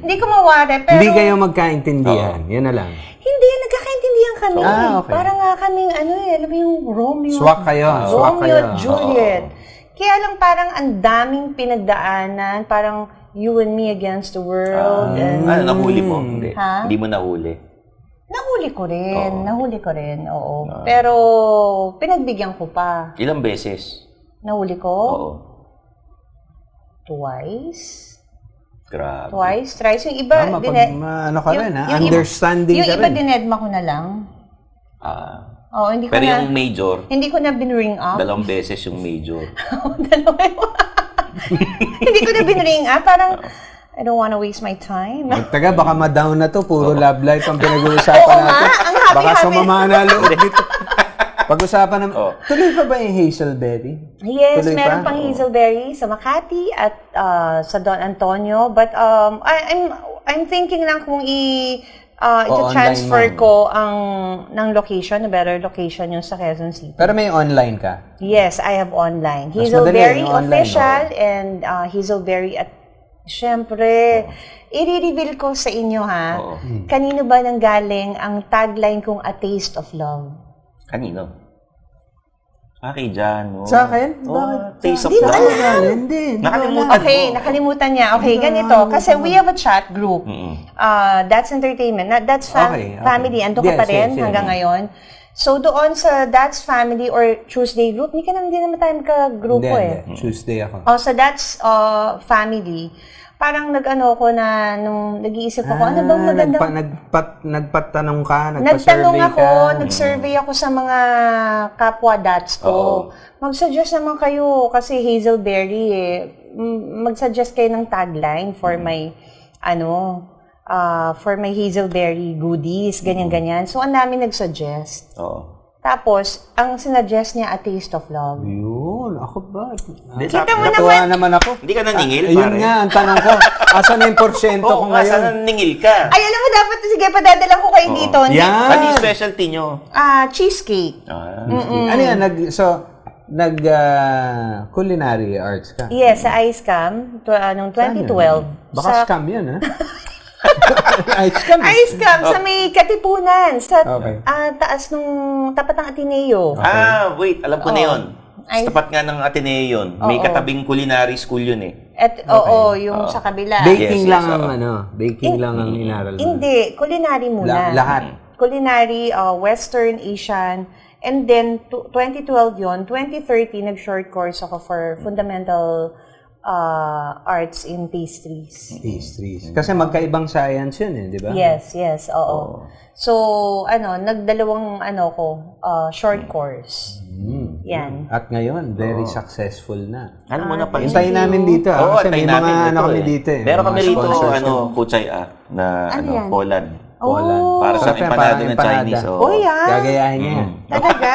hindi ko mawari, pero... Hindi kayo magkaintindihan. Yan na lang. Hindi, nagkakaintindihan kami. Ah, okay. Parang nga kaming, ano eh, alam mo yung Romeo. Swak kayo, swak Romeo kayo. at Juliet. Kaya lang parang ang daming pinagdaanan, parang you and me against the world. Ah. and ano, nahuli mo? Hindi. Ha? Hindi mo nahuli. nahuli ko rin, Oo. nahuli ko rin, oo. Ah. Pero pinagbigyan ko pa. Ilang beses? Nahuli ko Oo. twice. Grabe. Twice, thrice. Yung iba, Tama, pag dine- ma- eh. ano ka rin, ha? iba- Understanding yung ka iba rin. dinedma ko na lang. Ah. Oo, Oh, hindi ko Pero na, yung major, hindi ko na binring up. dalawang beses yung major. Dalawa. hindi ko na binring up. Parang, I don't wanna waste my time. Taga, baka ma-down na to. Puro love life ang pinag-uusapan Oo nga, natin. ang happy-happy. Baka sumama na loob dito. Pag-usapan naman. Oo. Tuloy pa ba yung Hazelberry? Yes, Tuloy meron pa? pang Hazelberry sa Makati at ah, sa Don Antonio. But um, I, I'm I'm thinking lang kung i ah, O, transfer online mo. ko ang ng location, a better location yung sa Quezon City. Pero may online ka. Yes, I have online. Mas madali Hazelberry yung online, official and uh, Hazelberry at Siyempre, i-reveal ko sa inyo ha, Oo. Hmm. kanino ba nang galing ang tagline kong A Taste of Love? Kanino? Ah, kay Jan. Oh. Sa akin? Oh, Bakit? Taste of Hindi mo love. alam. Wala, Hindi. Nakalimutan Okay, mo. nakalimutan niya. Okay, ganito. Kasi we have a chat Hmm. group. Uh, that's entertainment. Na, that's fam- Okay, okay. family. Ando ka Yes, pa rin yes, yes. hanggang ngayon. So, doon sa That's Family or Tuesday group, hindi ka naman din naman tayo magka-grupo Hindi, eh. hindi. Tuesday ako. Oh, so that's uh, family. Parang nag-ano ko na, nung nag-iisip ako, ano bang Ah, maganda? Nagpa, nagpat, nagpatanong ka, Nagtanong nagpa-survey ako, ka. nag-survey ako sa mga kapwa dots ko. Mag-suggest naman kayo, kasi Hazelberry eh, M- mag-suggest kayo ng tagline for Mm. my, ano, ah, for my Hazelberry goodies, Mm. ganyan-ganyan. So, ang dami nag-suggest. Oo. Mm. Tapos, ang sinuggest niya, A Taste of Love. Yun. Ayun, ako ba? Ah, Hindi, Kita tap- mo na tap- Natuwa naman ako. Hindi ka naningil, Ah, Ayun pare. nga, ang tanong ko. Asan na yung porsyento ko Oo nga, ngayon? sana naningil ka. Ay, alam mo, dapat sige, padadala ko kayo dito. Hindi- Yan. Ano yung specialty nyo? Ah, cheesecake. Ah. Ano yan? Nag, so, nag ah, culinary arts ka? ano? Yes, sa Ice Cam, to, ah, noong 2012. Baka sa, scam yun, ha? Ice scam. eh. Ice Cam, sa may Katipunan, sa Okay. ah, taas nung tapat ng Ateneo. Ah, wait, alam ko na Oo. yun. Ay- Tapat nga ng Ateneo yun. May Oo. katabing culinary school yun eh. At, oo, yung sa kabila. Baking Yes, lang yes, ang oo. ano, baking lang ang inaral mo. Hindi, culinary muna. La- lahat. Culinary, uh, Western, Asian. And then, tw- 2012 yon 2013, nag-short course ako for fundamental uh, arts in pastries. Pastries. Kasi magkaibang science yun, eh, di ba? Yes, yes, oo. Oh. So, ano, nagdalawang, ano ko, uh, short course. Hmm. Yan. At ngayon, very successful na. Ano Ah, mo na pala? Hintayin namin dito, ha? Oo, Kasi may antayin mga natin ano ito kami eh. dito, eh. Meron Mga kami rito, sponsors ano, yun. Kuchay ah, na Ano ano, yan? Poland. Poland. Oh, Para sa Sarap yan, empanada parang ng empanada. Ah. Chinese. oo. Mm-hmm. oh, yan. Gagayahin niya. yan. Talaga?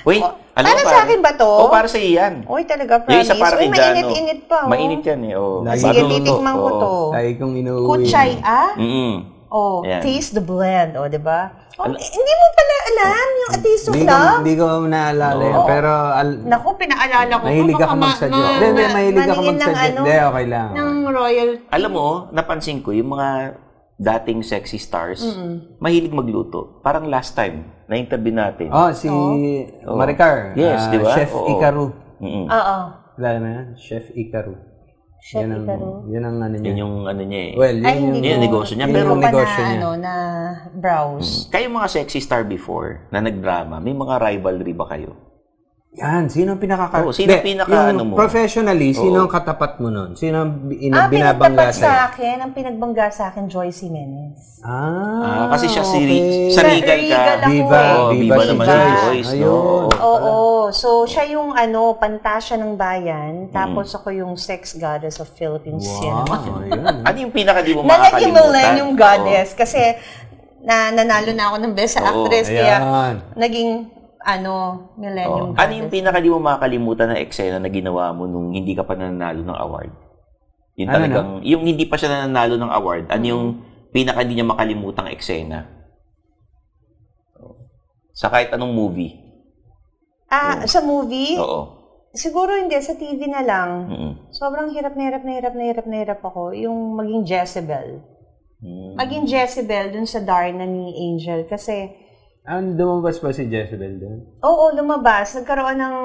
Wait, alam mo Oh, para pa- sa akin ba to? Oo, para sa iyan. Oy, talaga, Yung isa promise. para Uy, kay Jano. mainit-init pa, oh. Mainit oh. yan eh. Oh. Lagi- Sige, Bago- titikman ko to. Lagi kong inuwi. Kuchay, ah? Mm-mm. Oh, Ayan. taste the blend, o, oh, di ba? Oh, eh, hindi mo pala alam yung A Taste of Hindi ko, Love. hindi ko naalala yan. Pero, al- Naku, pinaalala ko. mahilig Baka ako ma- magsadyo. ma- Hindi, hindi, ma- mahilig ako maningin ng magsadyo. ano, Hindi, oh. okay lang. Ng royal. Alam mo, napansin ko, yung mga dating sexy stars, mahilig magluto. Parang last time, na-interview natin. Oh, si Oo. Maricar. Yes, ah, di ba? Chef Oo. Ikaru. Mm-mm. Oo. Kilala mo yan? Chef Ikaru. Chef Yan ang- Icaro. Yun ang ano niya. Yun yung ano niya eh. Well, yun Ay, yung... hindi yun ko. yung negosyo niya, hindi pero- ko pa na, negosyo niya. ano, na browse. Kayo mga sexy star before na nagdrama, may mga rivalry ba kayo? Yan, sino ang pinakaka... Oo, sino ang Hindi, pinaka- yung ano mo? Professionally, sino ang katapat mo nun? Sino ang in- Ah, binabangga pinagtapat sa'yo? sa akin, ang pinagbangga sa akin, Joyce Jimenez. Ah, Ah, kasi siya si Ri- okay. sa Regal ka. Regal ako Viva, eh. Oo, Viva, Viva si naman Joyce. si Joyce, no? Ayun. Oo. So, siya yung ano, pantasya ng Mm. bayan. Tapos ako yung sex goddess of Philippine cinema. Wow, ayun. Ano yung pinaka di mo Na makakalimutan? naging millennium goddess. Kasi, na, nanalo na ako ng best sa Oo, actress. Kaya, ayan. naging, ano, millennium Oo. Ano yung goddess. pinaka di mo makakalimutan na eksena na ginawa mo nung hindi ka pa nananalo ng award? Yung Ano talagang, yung hindi pa siya nananalo ng award, ano yung pinaka di niya makalimutang eksena? Sa kahit anong movie. Ah, sa movie? Oo. Mm. Siguro hindi. Sa TV na lang. Mm-mm. Sobrang hirap na hirap na hirap na hirap na hirap ako. Yung maging Jezebel. Mm. Maging Jezebel dun sa Darna ni Angel. Kasi, Ang dumabas ba si Jezebel doon? Oo, lumabas. Nagkaroon ng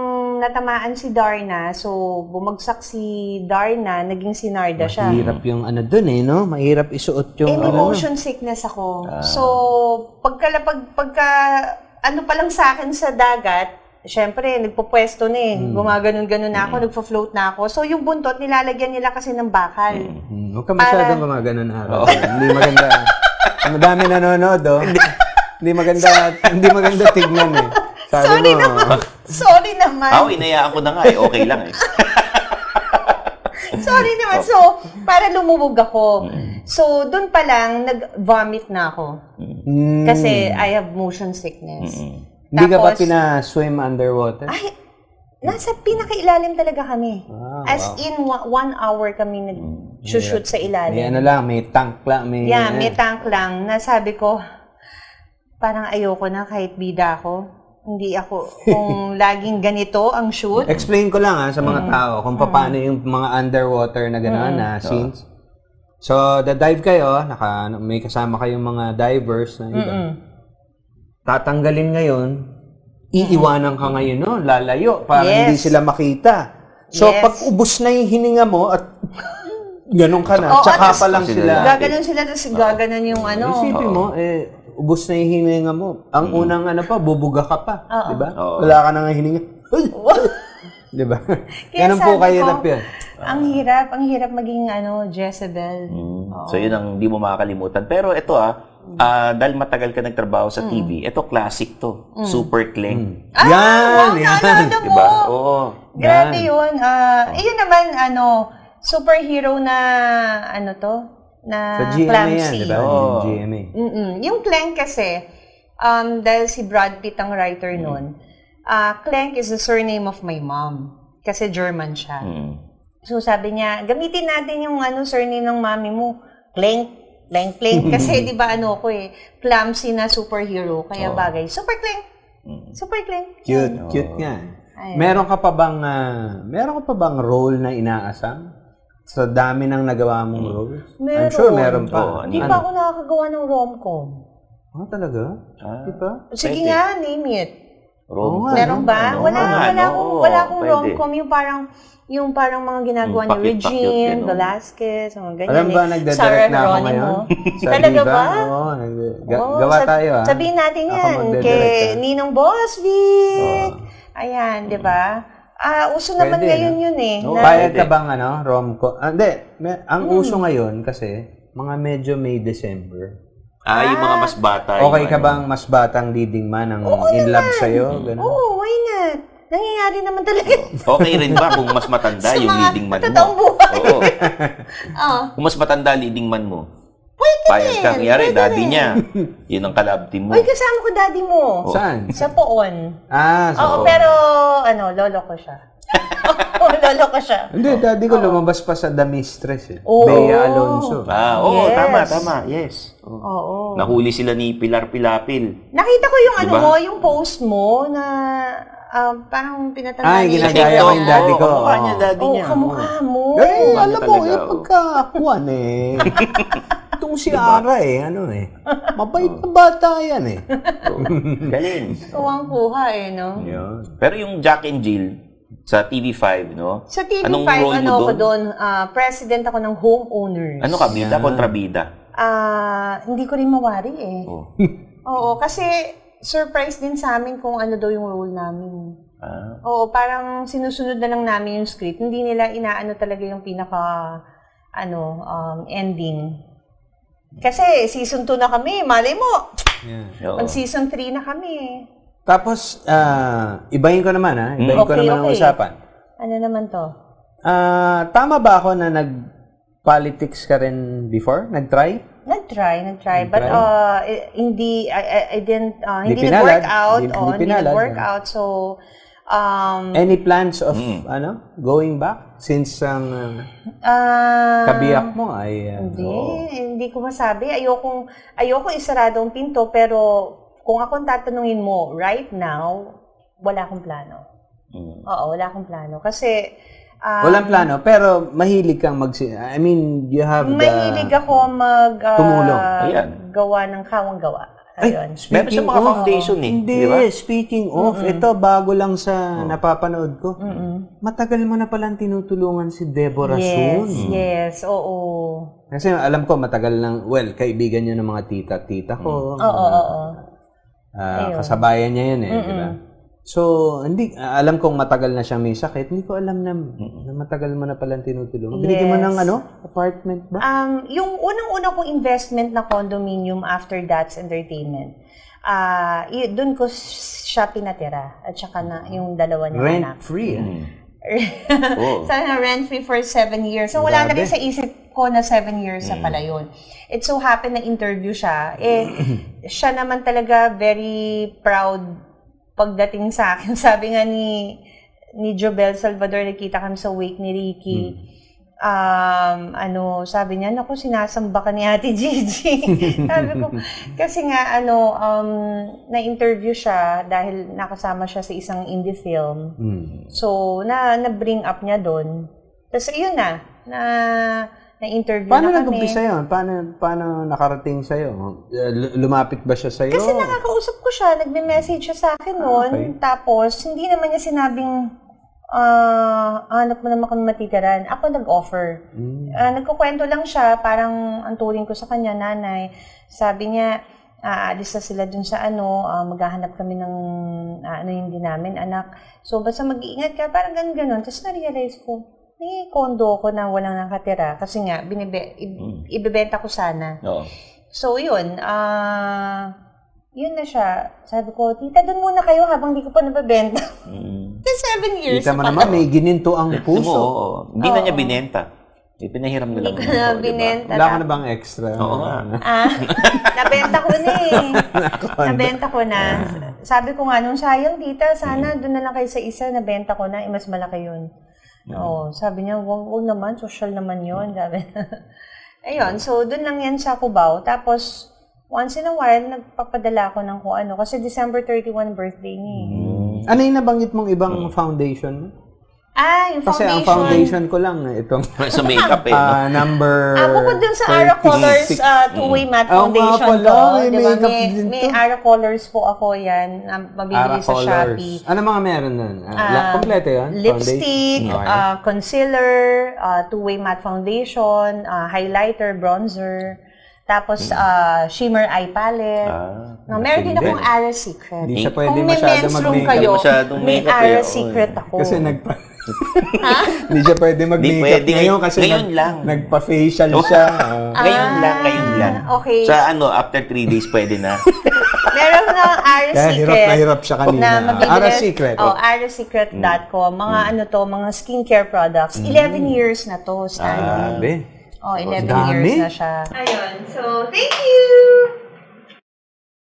natamaan si Darna. So, bumagsak si Darna, naging si Narda siya. Mahirap yung ano doon eh, no? Mahirap isuot yung Eh, may ano. Ah. no? motion sickness ako. So, pagka, pag, pagka, ano pa lang sa akin sa dagat, syempre, nagpupwesto na eh. Hmm. Gumaganon-ganon na ako, nagpo-float na ako. So, yung buntot, nilalagyan nila kasi ng bakal. Hmm, Huwag ka masyadong gumaganon araw. Hindi maganda. Ang Madami nanonood, oh. hindi maganda, hindi maganda tignan eh. Sabi Sorry mo, ah. naman. Sorry naman. Ah, inayaan ko na nga eh. Okay lang eh. Sorry naman. So, para lumubog ako. So, dun pa lang, nag-vomit na ako. hmm, Kasi I have motion sickness. hindi ka ba Tapos- pina-swim underwater? Ay, nasa pinakailalim talaga kami. Ah, Mm. As in, wa- one hour kami nag-shoot sa ilalim. May ano lang, may tank lang, may... Ah, eh. Yeah, may tank lang. Nasabi ko, parang ayoko na kahit bida ako. Hindi ako, kung laging ganito ang shoot, Explain ko lang ha, sa Mm. mga tao kung paano yung mga underwater na gano'n na scenes. So, da-dive kayo, naka, ano, may kasama kayong mga divers na iba. Tatanggalin ngayon, iiwanan ka ngayon no, lalayo para Yes. hindi sila makita. So, Yes. pag ubus na yung hininga mo at ganun ka na, Oo, tsaka at- pa lang Sila sila. gaganon sila, tapos gaganon yung ano. Isipin mo, eh, ubus na yung hininga mo. Ang unang ano pa, bubuga ka pa. Oo. Di ba? Mm. Oo. Wala ka na nga hininga. di ba? Kaya Ganun po sabi kayo ko, lang yun. Ang hirap, ang hirap maging ano, Jezebel. Mm. So, yun ang di mo makakalimutan. Pero ito ah, ah, dahil matagal ka nagtrabaho Mm. sa TV, ito classic to. Super Mm. Kleng. Ah, yan! yan! Naalala mo? Diba? Oo. Grabe yun. Oh. Ah, eh, yun naman, ano, superhero na, ano to? Na Sa GMA yan, clumsy. di ba? Oo. Yung GMA. Mm-hmm. Mm-mm. Yung Clank kasi, um, dahil si Brad Pitt ang writer nun, ah, Klenk is the surname of my mom. Kasi German siya. Mm. So sabi niya, gamitin natin yung ano surname ng mami mo, Clank, Clank, Clank. Kasi di ba ano ko eh, clumsy na superhero, kaya Oh. Oo. bagay. Super Clank, Mm. Super Clank. Cute, Oo. cute nga. Ayun. Meron ka pa bang ah, meron ka pa bang role na inaasam? Sa dami ng nagawa mong roles? I'm Meron. sure meron pa. Mm. Oo, Hindi Ano? pa ako nakakagawa ng rom-com. Ah, talaga? Ah, Di ba? Sige Pwede. nga, name it. Oo rom- nga, Meron ba? Ano? Wala, Ano? wala akong, Oo, wala akong pwede. rom-com. Yung parang, yung parang mga ginagawa Yung ni pakit-pakit, Regine, ganun. Velasquez, mga ganyan. Alam ba, eh. Sarah nagdadirect na ako Geronimo. ngayon? Sa Talaga Viva? ba? Oo, nag- ga- Oo, gawa sab- tayo ah. Sabihin natin Ako yan magdadirect, kay ah. Ninong Boss Vic. Ayan, di ba? Ah, uso naman Pwede, ngayon no? yun eh. Oo. na- Bayad ka Pwede. bang ano, rom-com? Ah, Hindi, Me- ang Hmm. uso ngayon kasi, mga medyo May December. Ah, yung mga mas bata. yung Okay ka ano. bang mas batang leading man ang in love sa'yo? Oo, Ganun. why not? Nangyayari naman talaga. Okay rin ba kung mas matanda Sa Ah. yung mga leading man mo? totoong buhay. Oo. Oo. Kung mas matanda leading man mo. Pwede Payag ka. rin, Kunyari, pwede daddy rin. niya. Yun ang kalab team mo. Uy, kasama ko daddy mo. Saan? Sa poon. Ah, so, Oo, pero ano, lolo ko siya. Oo, lolo ko siya. Hindi, daddy ko lumabas pa sa The Mistress eh. Oo. Bea Alonso. Ah, oo. Yes. Tama, tama. Yes. Oo. Oo. Nahuli sila ni Pilar Pilapil. Nakita ko yung ano Diba? mo, yung post mo na ah, parang pinatanda Ah, yung niya. ginagaya TikTok. ko yung daddy ko. Oo, kamukha niya, Oo. daddy Oo, niya. kamukha mo. Eh, Bago alam mo, talaga, eh, oh. pagkakuan eh. Itong si Ara eh, ano eh. Mabait na bata yan eh. Oo. Galing. Kuwang kuha eh, no? Yun. Pero yung Jack and Jill sa TV5, no? Sa TV5, Anong role ano mo ako doon? doon, ah, president ako ng homeowners. Ano ka, bida kontra bida? Ah, hindi ko rin mawari eh. Oh. Oo, kasi surprise din sa amin kung ano daw yung role namin. Ah. Oo, parang sinusunod na lang namin yung script. Hindi nila inaano talaga yung pinaka ano um, ending. Kasi season 2 na kami, malay mo. Yeah. Oo. Mag season 3 na kami. Tapos, ah, ibahin ko naman ha. Ibahin ko Okay, naman ang okay. usapan. Ano naman to? Ah, tama ba ako na nag-politics ka rin before? Nag-try? Nag-try, nag-try. But Nag-try? uh, i- hindi, I, I, I didn't, uh, Hindi hindi pinalad. nag-work out. Hindi- Hindi, hindi hindi, pinalad. nag-work out. So, um, Any plans of, ano, going back? Since ang ah, uh, kabiyak mo ay... ah, Hindi, oo. hindi ko masabi. Ayokong, ayokong isarado ang pinto, pero kung akong tatanungin mo right now, wala akong plano. Mm. Oo, wala akong plano. Kasi, ah, Walang plano, pero mahilig kang mag... I mean, you have the... mahilig ako mag ah, Tumulong. Ayan. gawa ng kawang gawa. Ayun. Meron sa mga of- foundation eh. Hindi, Di ba? speaking of, ito bago lang sa napapanood ko. Matagal mo na palang tinutulungan si Deborah yes, Soon. yes, oo. Kasi alam ko matagal lang, well, kaibigan niya ng mga tita-tita ko. Oo, oo, oo. Ah, Mm. Ayun. kasabayan niya yun eh, di ba? So, hindi, ah, alam kong matagal na siyang may sakit. Hindi ko alam na, na matagal mo na palang tinutulungan. Binigyan mo Yes. ng ano? Apartment ba? Um, yung unang-una kong investment na condominium after that's entertainment, ah, y- doon ko s- siya pinatira at saka na yung dalawa niya anak. Rent-free. eh. Mm. Oo. Sana rent-free ano, for seven years. So, wala na Grabe. rin sa isip ko na seven years na pala yun. It so happened na interview siya. Eh, siya naman talaga very proud pagdating sa akin. Sabi nga ni ni Jobel Salvador, nakita kami sa wake ni Ricky. Um, ano, sabi niya, naku, sinasamba ka ni Ate Gigi. sabi ko, kasi nga, ano, um, na-interview siya dahil nakasama siya sa isang indie film. Hmm. So, na na-bring up niya doon. Tapos, ayun na, na na-interview Paano na kami. nag-umpisa yun? Paano, paano nakarating sa'yo? Eh, lu- Lumapit ba siya sa'yo? Kasi nakakausap ko siya, nagme-message siya sa akin noon. Ah, okay. Tapos, hindi naman niya sinabing, ah, hanap mo naman kami matitiran. Ako nag-offer. Mm. Ah, nagkukwento lang siya, parang ang turing ko sa kanya, nanay. Sabi niya, aalis na sila dun sa ano, ah, maghahanap kami ng ah, ano hindi namin, anak. So, basta mag-iingat ka, parang ganun ganun. Tapos na-realize ko, may kondo ko na walang nakatira. Kasi nga, binibe, i- Hmm. ibebenta ko sana. Oo. So, yun. ah yun na siya. Sabi ko, tita, doon muna kayo habang di ko pa nababenta. Mm. Seven years. Kita mo pa naman, may gininto ang Puso. puso. Hindi na niya binenta. Ipinahiram na Hindi lang. ko ng tao, na di ba? binenta. Wala ka tap- na bang extra? Oo nga. Ah, nabenta ko na eh. nabenta ko na. Ah. Sabi ko nga nung sayang tita, Mm. sana doon na lang kayo sa isa, nabenta ko na, eh, mas malaki yun. Mm. Oo, sabi niya, wag, wag naman, social naman yun. Sabi Ayun, so doon lang yan sa Cubao. Tapos, once in a while, nagpapadala ko ng kung ano. Kasi December 31 birthday niya eh. Ano yung nabanggit mong ibang Mm. foundation mo? Ah, yung Kasi foundation. ang foundation ko lang, eh, itong Sa makeup eh. no? ah, number... Ah, bukod dun sa Ara Colors 36. uh, two-way matte Oo nga foundation pala, ko, may di ba? makeup May, din may to. Ara Colors po ako yan, na Ara mabibili sa Colors. Shopee. Ano mga meron nun? Ah, la- Ah, kompleto yun? Lipstick, Foundation? Okay. ah, concealer, ah, two-way matte foundation, ah, highlighter, bronzer, tapos Hmm. ah, shimmer eye palette. Ah. no, meron din akong Ara Secret. Hindi siya Kung pwede may masyado men's room mag-makeup. kayo, Masyadong may makeup eh, Ara oo eh. Secret ako. Kasi nagpa... Hindi siya pwede mag-makeup Hindi pwede. ngayon kasi Ngayon lang. nagpa-facial siya. Ah. Ngayon lang, ngayon lang. okay. Sa ano, after three days pwede na. Meron na ang Ara Kaya Secret. hirap na hirap siya kanina. Na mabibili- Ara Secret. Hmm. Oh, arasecret.com. Mga ano to, mga skincare products. 11 years na to, standing. Grabe. oh, 11 Ah. Dami. years na siya. Ayun. So, thank you!